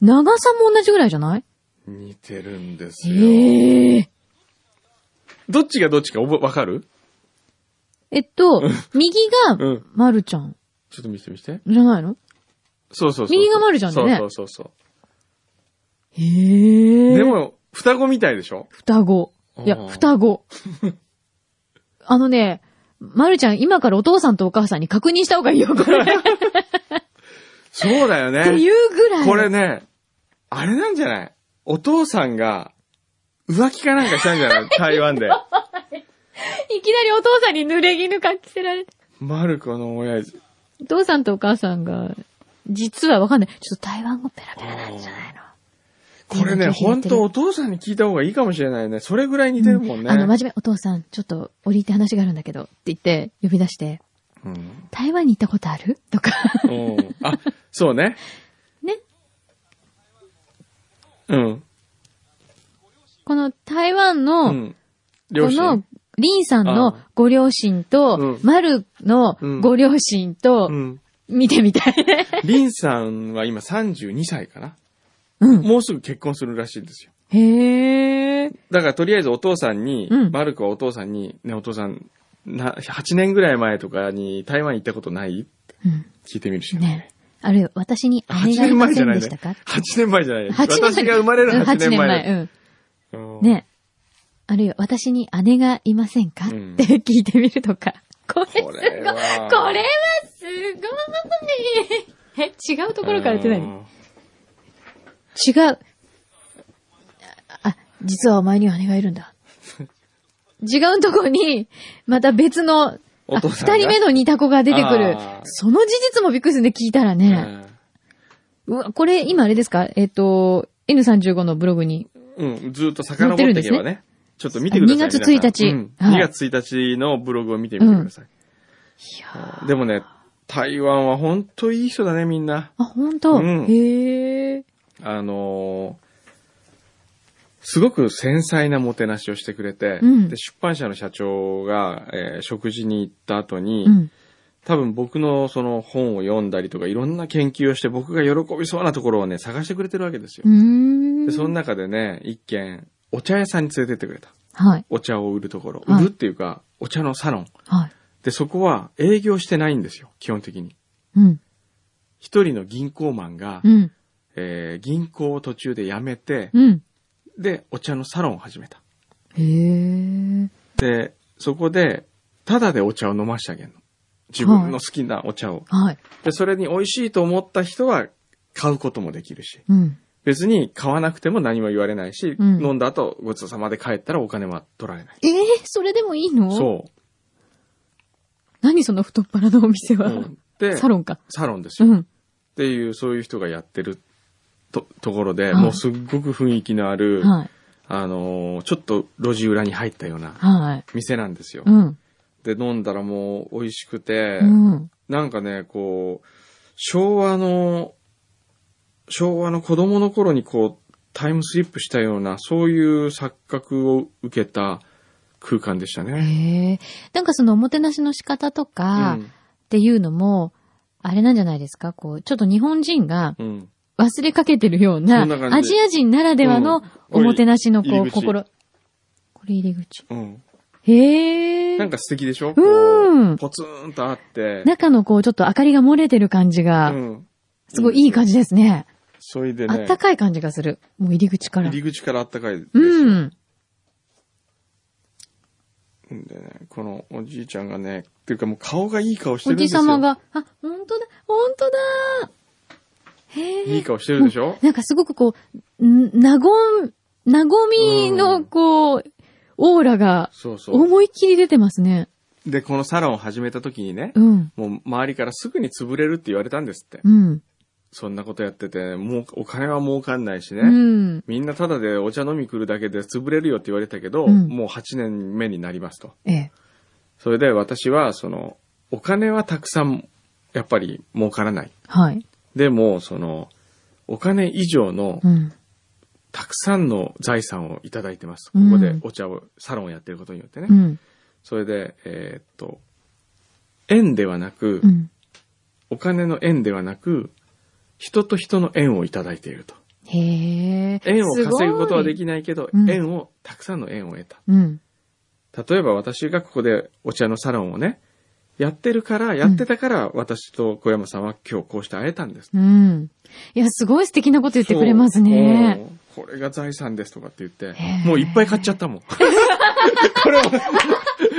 長さも同じぐらいじゃない似てるんですよ。ええ。どっちがどっちかおぼわかるえっと、右うがん、まるちゃん、ちょっと見せて見せて。じゃないのそうそうそうそう。右が丸ちゃんだよねそうそうそうへそう。え。でも、双子みたいでしょ双子。いやあ、ー双 (laughs) 子。あのね、まるちゃん、今からお父さんとお母さんに確認した方がいいよ、これ。っそうだよていね。うぐらい。これね、あれなんじゃないお父さんが、浮気かなんかしたんじゃない台湾 (laughs) で。いきなりお父さんに濡れ衣か着せられて。マルコの親父。お父さんとお母さんが、実はわかんない。ちょっと台湾語ペラペラなんじゃないのこれね、本当お父さんに聞いた方がいいかもしれないね。それぐらい似てるもんね。あの、真面目、お父さん、ちょっと、折りって話があるんだけど、って言って、呼び出して、うん台湾に行ったことあるとか。うん。あ、そうね。ね。うん。この台湾うの、ん。両親。この、リンさんあのあご両親うとん、マルのうんご両親とう、ん。見てみたい。 (laughs) リンさんは今32歳かな。うん。もうすぐ結婚するらしいんですよ。へえ。だからとりあえずお父さんに、うんマルコはお父さんに、ね、お父さん、な、8年ぐらい前とかに台湾行ったことないうん。聞いてみるしかないねあるいは私に8姉がい年ま前じせゃんないでしね。たか8年前じゃないよ。八年前私が生まれるうん8年前だよ。うん。うんねあるいは私に姉がいませんか、うんって聞いてみると (laughs) か。これすごい。(laughs) ここれれははすごい。え、違うところからって何うん違う。あ、実はお前には姉がいるん (laughs) だ。違うとこに、また別の、おあ父二さんが人目の似た子が出てくるあー。その事実もびっくりするんで聞いたらね。うわ、これ今あれですかえっ、と、N35 のブログに。うん、ずっと遡っていけばね。ちょっと見てください。あ2月皆さん1日うんはい2月1日のブログを見てみてください。いやーでもね、台湾は本当いい人だね、みんな。あ、本当、うんへえ。あのーすごく繊細なもてなしをしてくれて、うんで出版社の社長が、えー食事に行った後に、うん。多分僕のその本を読んだりとかいろんな研究をして僕が喜びそうなところをね、探してくれてるわけですよう。ーん。で、その中でね、一軒、お茶屋さんに連れてってくれた。はい。お茶を売るところ。はい売るっていうか、お茶のサロン。はい。で、そこは営業してないんですよ、基本的に。うん。一人の銀行マンが、うん。えー銀行を途中で辞めて、うん。で、お茶のサロンを始めた。へえ。で、そこで、タダでお茶を飲ましてあげるの。自分の好きなお茶を。はい。で、それに美味しいと思った人は買うこともできるし。うん。別に買わなくても何も言われないし、うん飲んだ後ごちそうさまで帰ったらお金は取られない。ええそれでもいいのう。そ何その太っ腹のお店う。うは。んで、サロンか。サロンですうよ。ん。っていう、そういう人がやってると、ところはで、いもうすっごく雰囲気のある、はい。あのーちょっと路地裏に入ったようなはい。店なんですよう。ん。で、飲んだらもう美味しくて、うん。なんかね、こう、昭和の、昭和の子供の頃にこう、タイムスリップしたような、そういう錯覚を受けた空間でしたね。へえ。なんかそのおもてなしの仕方とうかっん。ていうのも、あれなんじゃないですかこう、ちょっと日本人がうん。忘れかけてるようそな、んな感じアジア人ならではのうんおもてなしのこ入う、り口心。これ入り口。うん。へえ。なんか素敵でしょうんこポツンとあって。 (laughs) 中のこう、ちょっと明かりが漏れてる感じがう、ん。すごいいい感じですね。それであね。ったかい感じがする。もう入り口から。入り口からあったかいですよ。うん。んでね、このおじいちゃんがね、っていうかもう顔がいい顔しておるんでじすよ。さま。が、あ、本当だ、本当だへえ。いい顔してるでしょなんかすごくこう、んなごん、なごみのこう、オーラがそうそう。思いっきり出てますね。で、このサロンを始めた時にね、うん。もう周りからすぐに潰れるって言われたんですって。うん。そんなことやってて、もうお金は儲かんないしね。うん。みんなタダでお茶飲み来るだけで潰れるよって言われたけど、うんもう8年目になりますと。ええ。それで私は、その、お金はたくさん、やっぱり儲からない。はい。でも、その、お金以上のうん。たくさんの財産をいただいてます。こうんこでお茶を、サロンをやってることによってね。うん。それで、えーっと、円ではなく、うん。お金の円ではなく、人と人の円をいただいていると。へえ。円を稼ぐことはでききないけど、うん円を、たくさんの円を得た。うん。例えば私がここでお茶のサロンをね、やってるから、やってたから、私と小山さんは今日こうして会えたんです。うん。いや、すごい素敵なこと言ってくれますね。そう。うんこれが財産ですとかって言ってへー、もういっぱい買っちゃっ (laughs) たもん。これも、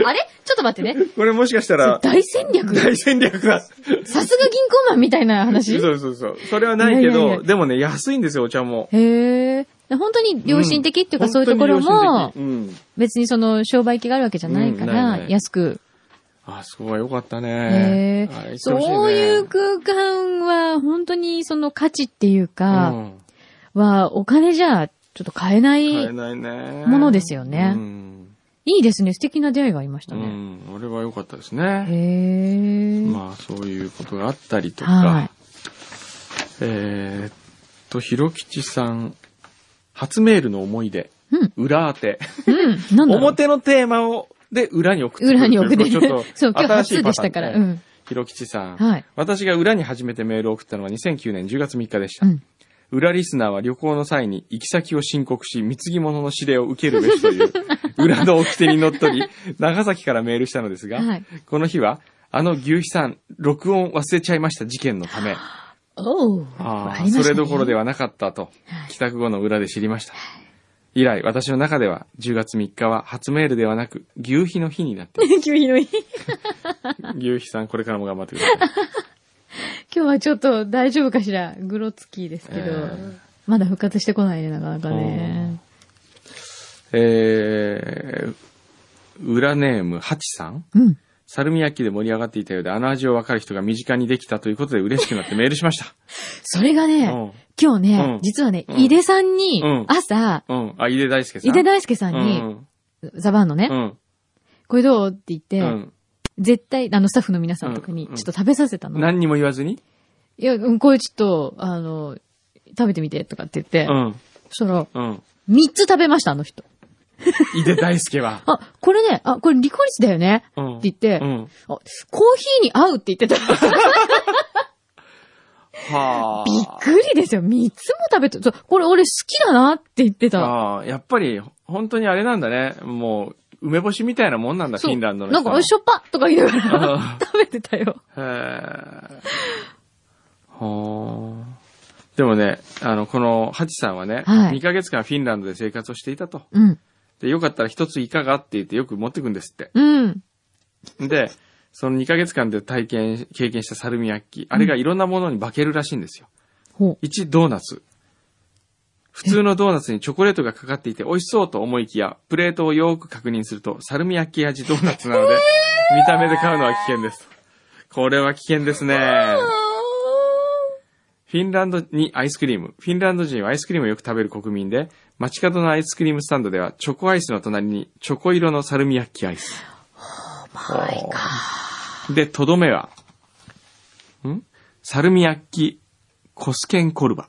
あれちょっと待ってね。これもしかしたそれら、大戦略大戦略だ。さすが銀行マンみたいな話そうそうそう。それはないけいやいやいど、やでもね、安いんですよ、お茶も。へえ。本当に良心的っていうか、んそういうところ本も当、に良心的別にその商売機があるわけじゃないかうんなら、いない安く。うん。あ、そこは良かったへね。あえ。行ってほしねそういう空間は、本当にその価値っていううか、んは、お金じゃ、ちょっと買えな買えい。ないね。ものですよねうん。いいですね。素敵な出会いがありましたうね。ん。俺は良かったですね。へえ。まあ、そういうことがあったりとはか。えーっと、ひろきちさん、初メールの思い出、うん裏当て。い。うん。なんだろう。表のテーマを、で、裏に送ってくる裏に送ってちょっと (laughs) そう、今日新し初いパでタしーンたから。うん。ひろきちさん。はい。私が裏に初めてメールを送ったのは2009年10月3日でした。うん裏リスナーは旅行の際に行き先を申告し、貢ぎ物の指令を受けるべしという、 (laughs) 裏の掟にのっとり、長崎からメールしたのですが、はい。この日は、あの牛肥さん、録音忘れちゃいました事件のため、おう。わあかあ、りましたねそれど (laughs) ころではなかったと、帰宅後の裏で知りました。以来、私の中では、10月3日は初メールではなく、牛肥の日になってい急にのい。 (laughs) ます、牛肥さん、これからも頑張ってください。今日はちょっと大丈夫かしらグロツキーですけど、えーまだ復活してこないね、なかなかね。えー、裏ネーム、ハチさんうん。サルミヤキで盛り上がっていたようで、あの味をわかる人が身近にできたということで嬉しくなってメールしました。それが (laughs) ね、う今日ね、うん実はね、うん井出さんにうん、朝、ん。うん。あ、井出大輔さん。井出大輔さんうに、んザバーンのね、うん。これどうって言って、うん。絶対、あの、スタッフの皆さんとかにう、んうんちょっと食べさせたの。何にも言わずにいや、うんこれちょっと、あの、食べてみて、とかって言って、うん。そしたら、うん。 3つ食べました、あの人。井出大輔は。あ、これね、あ、これリコリスだよね。 (laughs) うん。って言って、うあん。コーヒーに合うって言ってた。はあ。びっくりですよ。3つも食べて、そうこれ俺好きだなって言ってた。ああ、やっぱり、本当にあれなんだね。もう、梅干しみたいなもんなんだ、フそうィンランドのなん人か、は。おいしょっぱとか言いながらあ食べてたよ。へえ。はあ。でもね、あの、この、ハチさんはね、はい2ヶ月間フィンランドで生活をしていたと。うん。で、よかったら一ついかがって言ってよく持ってくんですって。うん。で、その2ヶ月間で体験、経験したサルミアッキ、あれがいろんなものに化けるらしいんですよ。ほう。 1、ドーナツ。普通のドーナツにチョコレートがかかっていて美味しそうと思いきや、プレートをよーく確認すると、サルミアッキ味ドーナツなので、見た目で買うのは危険です。これは危険ですね。フィンランドにアイスクリーム。フィンランド人はアイスクリームをよく食べる国民で、街角のアイスクリームスタンドでは、チョコアイスの隣にチョコ色のサルミアッキアイス。で、とどめは、んサルミアッキコスケンコルバ。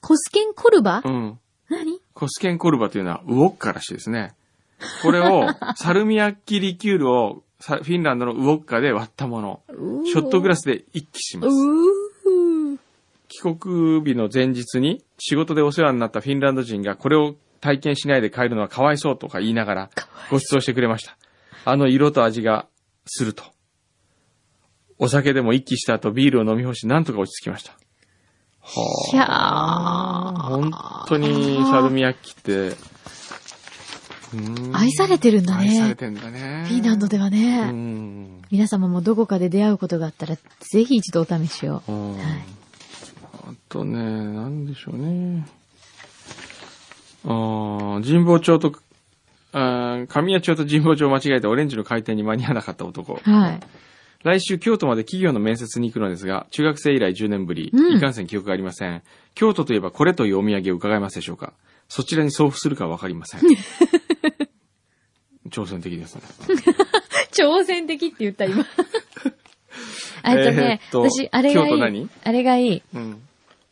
コスケンコルバうん。何コスケンコルバというのはウォッカらしいですね。これを、サルミアッキリキュールをさフィンランドのウォッカで割ったもの。ショットグラス。スで一気します。うー。帰国日の前日に仕事でお世話になったフィンランド人がこれを体験しないで帰るのはかわいそうとか言いながらご馳走してくれました。あの色と味がすると。お酒でも一気した後ビールを飲み干しなんとか落ち着きました。いやー。本当にサルミヤッキって、うーん愛されてるんだ愛されね。てんだね。フィンランドではうね。ん。皆様もどこかで出会うことがあったら、ぜひ一度お試しを。うんはいあとね、なんでしょうね。ああ、神保町と、あー神谷町と神保町を間違えてオレンジの開店に間に合わなかった男。はい。来週京都まで企業の面接に行くのですが、中学生以来10年ぶり、うんいかんせん記憶がありません。京都といえばこれというお土産を伺えますでしょうかそちらに送付するかわかり (laughs) ません。挑戦的ですね。挑戦的って言った、今。 (laughs) あとね、えーっと私、あれがい京都い何。あれがいい。うん、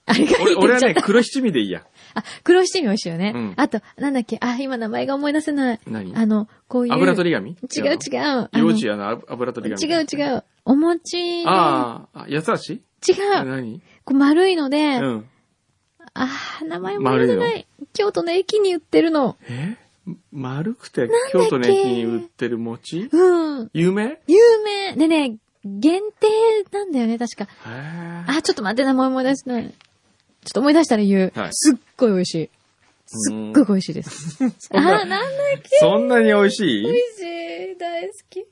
あれがいいって俺俺言っはちゃっね、た。黒七味でいいや。あ、黒七味美味しいよね。うんあと、なんだっけ、あ、今名前が思い出せない。何あの、こう (laughs) いう。油取り紙違う違う。あの幼稚園の油油取り紙。違う違う。お餅。ああ、あ八つ足違う。何こう丸いので、うん。あー名前も出てな丸い。京都の駅に売ってるの。え丸くて京都の駅に売ってる餅うん。有名へ有名。でね、限定なんだよね、確か。え。あ、ちょっと待って、名前思い出せない。ちょっと思い出したら言う。はいすっごい美味しい。すっごい美味しいです。あそー、んなんなだっけそんなに美味し美い味しい。大好き。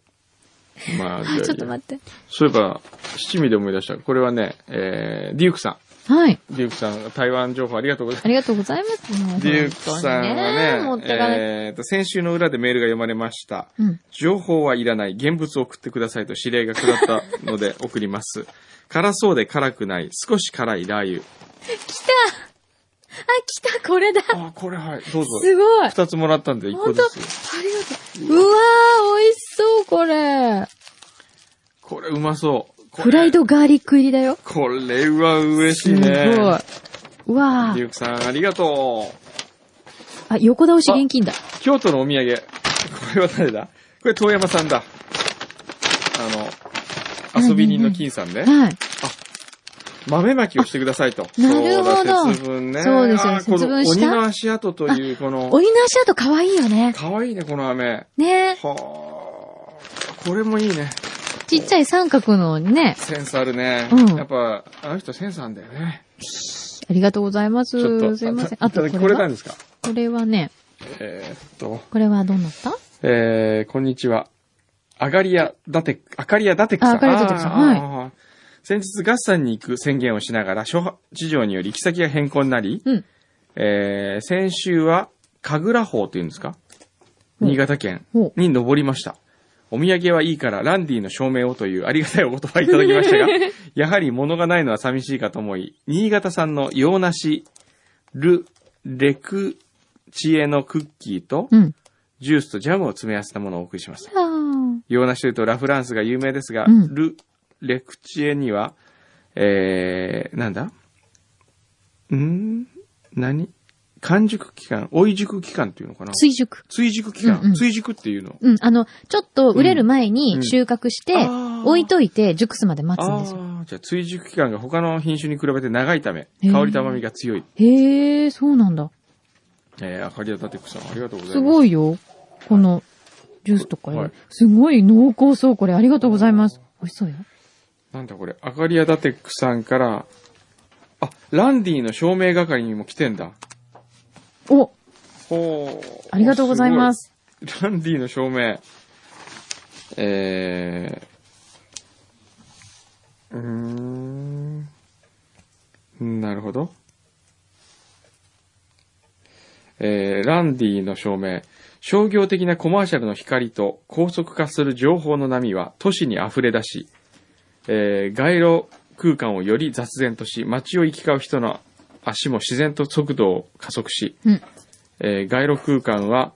まあ、あじゃあいいー、やちょっと待って。そういえば、七味で思い出した。これはね、えー、デュークさはい。ん。デュークさん、台湾情報ありがとうございますあ。りがとうございます。もうデュークさん持はっね、てかない。えーと、先週の裏でメールが読まれました。うん。情報はいらない、現物を送ってくださいと指令が下ったので送ります。辛そうで辛くない、少し辛いラ来ーたあ、来たこれだす油。 (laughs) あ、これはい、どうぞ。ごい二つもらったんで、一個本ず当あつ。りがとう。うわー、美味しそう、これ。これうまそう。これフライ。ドガーリック入りだよ。これは嬉しすいごい。ね。うわデー。ュークさん、ありがとう。あ、横倒し現金だ。京都のお土産。これは誰だこれ遠山さんだ。あの、遊び人の金さんね。はい。豆まきをしてくださいと。なるほどそうだ節分ね。そうですよあーこの節分した鬼の足跡という、この、鬼の足跡可愛いよね。かわいいね、この飴。ねはあ、これもいいね。ちっちゃい三角のね、センスあるね。うんやっぱ、あの人センスあるんだよね。ありがとうございまちょっと。す。すいません。ああたとだここれれなはん、ですかこれはね、えーっと、これはどうなったえー、こんにちは。あがりやだて、あかりやだてくさあん。あかりやだてくさんあーはいあー先日、合算に行く宣言をしながら、諸事情により行き先が変更になり、うんえー、先週は、神楽峰というんですかうん新潟県ほに登りました。お土産はいいから、ランディの証明をというありがたいお言葉いただきましたが、 (laughs) やはり物がないのは寂しいかと思い、新潟産の洋梨、ル、レク、チエのクッキーと、う。うん。ジュースとジャムを詰め合わせたものをお送りしました。あー洋梨というとラ・フランスが有名ですが、うんル・レクチエには、えー、なんだんー何完熟期間、追い熟期間っていうのかな追熟。追熟期間、うんうん追熟っていうの。うん、あの、ちょっと売れる前うんに収穫して、あー置いといて熟すまで (laughs) 待つんですよ。ああ、じゃあ追熟期間が他の品種に比べて長いため、へー香りと甘みが強い。へえ、そうなんだ。えー、あかりやたてくさん、ありがとうございます。すごい。いよ。この、ジュースとかよはいすごい濃厚そう、これ。ありがとうございます。美味しそうよ。なんだこれ、あかりやたてくさんから、あ、ランディの照明係にも来てんだ。お、ほう。ありがとうございます。すごい。ランディの照明。えー、うーん。なるほど。えー、ランディの照明。商業的なコマーシャルの光と高速化する情報の波は都市に溢れ出し、えー街路空間をより雑然とし、街を行き交う人の足も自然と速度を加速し、うん、えー街路空間は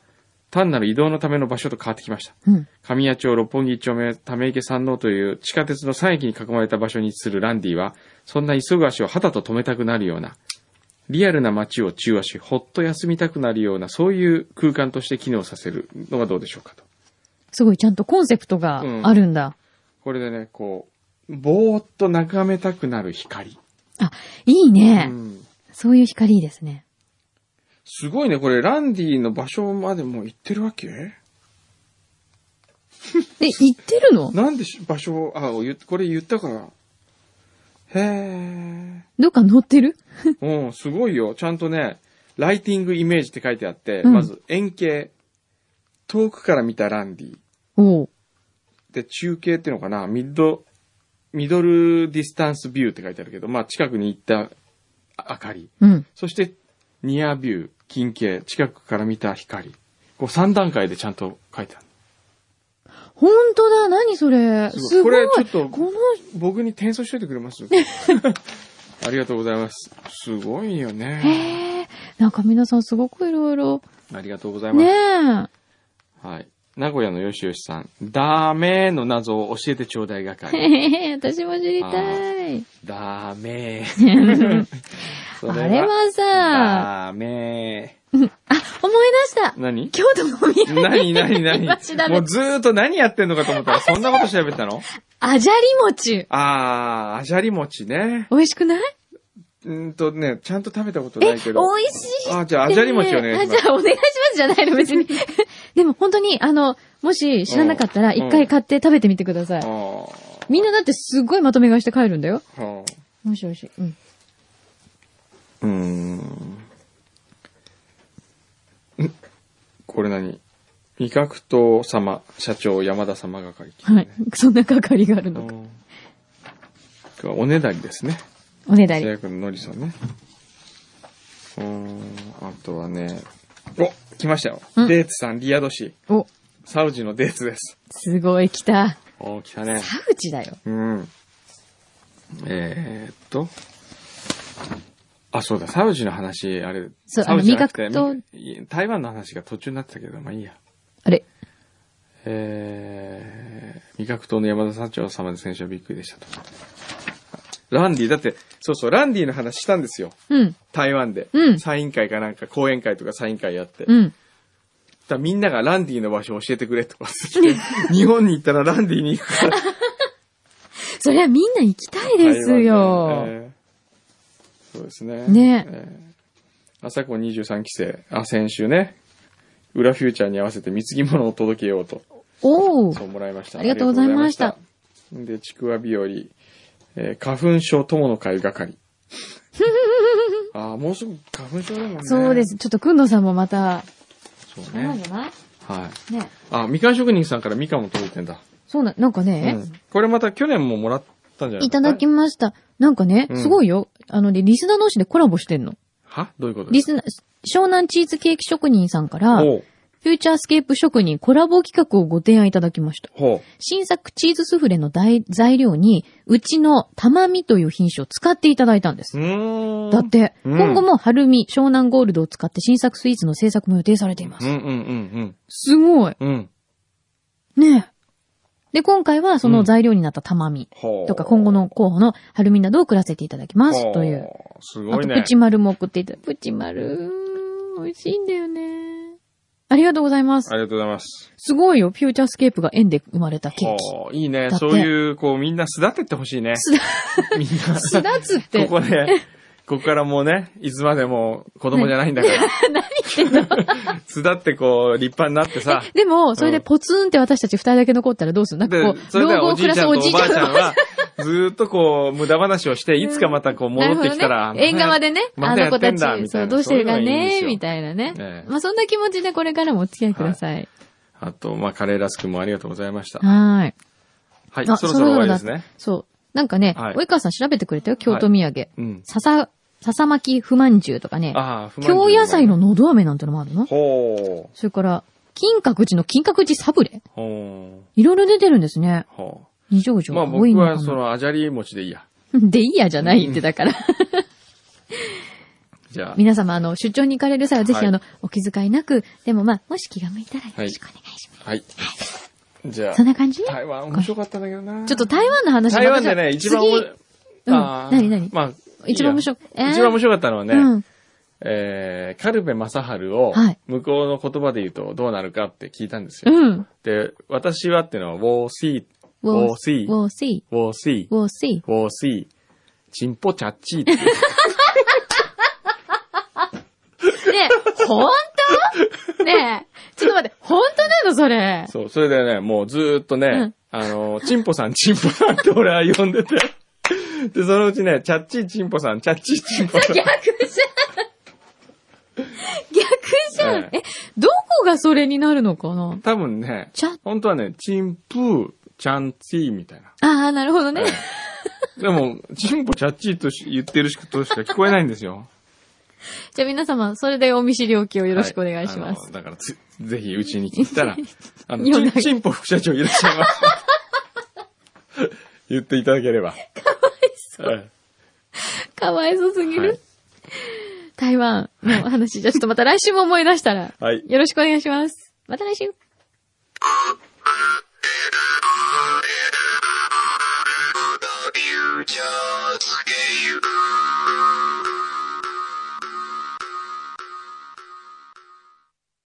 単なる移動のための場所と変わってきました。うん。神谷町、六本木一丁目、溜池山王という地下鉄の3駅に囲まれた場所に位置するランディは、そんな急ぐ足を肌と止めたくなるような、リアルな街を中和し、ほっと休みたくなるような、そういう空間として機能させるのがどうでしょうかと。すごい、ちゃんとコンセプトがあるんだ。これでね、こう、ぼーっと眺めたくなる光。いいうね、ん、そういう光いいですね。すごいね、これ、ランディの場所までもう行ってるわけえ、行ってるのなんでし場所を、あ、言っこれ言ったから。へどっか乗ってるえ。うん、すごいよ。ちゃんとね、ライティングイメージって書いてあって、うんまず円形、遠くから見たランディ、おうで、中継っていうのかな、ミッド、ミドルディスタンスビューって書いてあるけど、まあ近くに行ったあ明かり、うん。そしてニアビュー、近景、近くから見た光。こう3段階でちゃんと書いてある。ほんとだ、何それ。すすごごいい。これちょっとこの、僕に転送しといてくれます (laughs) ありがとうございます。すごいよね。へえ、なんか皆さんすごくいろいろ。ありがとうございます。ねえ。はい。名古屋のよしよしさん、ダメの謎を教えてちょうだい係。へへ (laughs) 私も知りたい。ダメ (laughs) そあれはさ、ダメ思い出した何京都のお土産何 (laughs) 何何今調べたもうずーっと何やってんのかと思ったら、そんなこと調べてたのあじゃり餅。あー、あじゃり餅ね。美味しくないうーんとね、ちゃんと食べたことなえ、い美けど。味しい。あ、じゃあ、あじゃり餅お願いしまあ、じす。ゃあお願いしますじゃないの、別 (laughs) に。でも本当に、あの、もし知らなかったら、うん一回買って食べてみてください。あみんなだってすっごいまとめ買いして帰るんだよ。ーはあもしもし。うん。うーん。んこれ何味覚糖様、社長山田様が書いてるはねい。そんな係があるうのか。んこれはおねだりですね。おねだ製り。薬ののりさんね。うーん、あとはね、お来ましたよ。うんデーツさん、リアド氏。お、サウジのデーツです。すごい、来た。おー、来たね。田口だよ。うん。えー、っと。あ、そうだ、サウジの話、あれ、そうサウジじゃなくてあの味み台湾の話が途中になってたけど、まあいいや。あれえー、味覚党の山田社長様で先週はびっくりでしたと。ランディ、だって、そうそう、ランディの話したんですよ。うん。台湾で。うんサイン会かなんか、講演会とかサイン会やって。うん。だからみんながランディの場所を教えてくれとかつって、 (laughs) 日本に行ったらランディに行くから。そりゃみんな行きたいですよ。台湾でえーそうですね。ねえー朝子23期生。あ、先週ね。裏フューチャーに合わせて貢ぎ物を届けようと。おお。そうもらいました。ありがとうございましたありがとうございました。で、ちくわ日和、えー花粉症友の会 (laughs) 係。ああ、もうすぐ花粉症だもんね。そうで。す。ちょっと、くんのさんもまた、そうそうなんね。じゃないはい。ね。あ、みかん職人さんからみかんも届いてんだ。そうな、なんかうね、ん。これまた去年ももらったんじゃないいただきまました。なんかね、うんすごいよ。あのね、リスナー同士でコラボしてんの。はどういうことでリすスナー、湘南チーズケーキ職人さんか、からフおうューチャースケープ職人コラボ企画をご提案いただきました。ほ新作チーズスフレの材材料に、うちのたまみという品種を使っていただいたんでう。すう。ーん。だって、うん今後も春見、湘南ゴールドを使って新作スイーツの制作も予定されていまうす。んうんうんすごい。うん。うん。ねえ。で、今回はその材料になったたまみほうとか、今後の候補のハルミなどを送らせていただきます。という。。ほうすあごいと、ね。プチ丸も送っていただプチ丸、美味しいんだよね。ありがとうございますあ。りがとうございます。すごいよ。フューチャースケープが縁で生まれたケーキ。ほういいだ。ねってそういう、こう、みんな巣立ってってほしいね。巣立みんな。巣立つってここで、ここからもうね、いつまでも子供じゃないんだ (laughs) から。何巣立ってこう、立派になってさ。でも、それでポツンって私たち二人だけ残ったらどうするなんかでこ、う、それで老後はおをじ暮いらちすゃんおとじおいちばあちゃゃんんは。は、ずーっとこう、無駄話をして、いつかまたこう戻ってきたら。なるほどね縁側でね、あ (laughs) またのや子ってたんだち、みたいそなう、どうしてるかそういうのがいいんでねす、よみたいなえねえ。まあ、そんな気持ちでこれからもお付き合いください。あと、まあ、カレーラスクもありがとうございました。はい。はい、あそろそろ終わりですね。そう。なんかねはい、及川さん調べてくれたよ、京都土産。うん。笹、笹巻き不満中とかね。ああ、不満京野菜のの。のど飴なんてのもあるのほう。それから、金閣寺の金閣寺サブレほう。いろいろ出てるんですね。ほ二条城う。まあ、が多い僕のかな。は、その、あじゃり餅でいいや。 (laughs) で、いいやじゃないって、だから。じゃあ。 (laughs) 皆様、あの、出張に行かれる際は、ぜはひ、いあの、お気遣いなく、でもまあ、もし気が向いたらよろしくお願いしまはい。じゃす。そんな感じちあ、ょ台湾面白かったんだけどな。っと台湾の話台湾でね、また一番おも、次、うんあー何々まあ、一番面白いかいえやー一番面白かったのはね、うん。えー、カルベ正春をはい、向こうの言葉で言うとどうなるかって聞いたんですよ。うん。で、私はっていうのは、ウォーシー、ウォ We'll ーシ see. ー、 We'll see. ウォーシ We'll see. ー、ウォーシー、チンポチャッチーって言う。ねえ、ほんとねえ、ちょっと待って、ほんとなのそれ。そう、それでね、もうずーっとね、うんあの、チンポさん、チンポさんって俺は呼 (laughs) んでて。で、そのうちね、チャッチーチンポさん、チャッチーチン (laughs) ポさ (laughs) 逆ん。じゃん逆じゃんえええ、どこがそれになるのかな多分ね、ちゃ、本当はね、チンプー、チャンチーみたいな。ああ、なるほどね。でも、チンポチャッチーとし言ってるしかとしか聞こえないんですよ。じゃあ皆様、それでお見知りおき (laughs) をよろしくお願いしはまあすの。だからつ、ぜひうちに来 (laughs) たら、あの、いろんチなンチンポ副社長いらっしゃいます。 (laughs) 言っていただければ。かわいそう。はいかわいそうすぎる。台湾のお話、じゃあちょっとまた来週も思い出したら、はいよろしくお願いします。また来週。 future skate.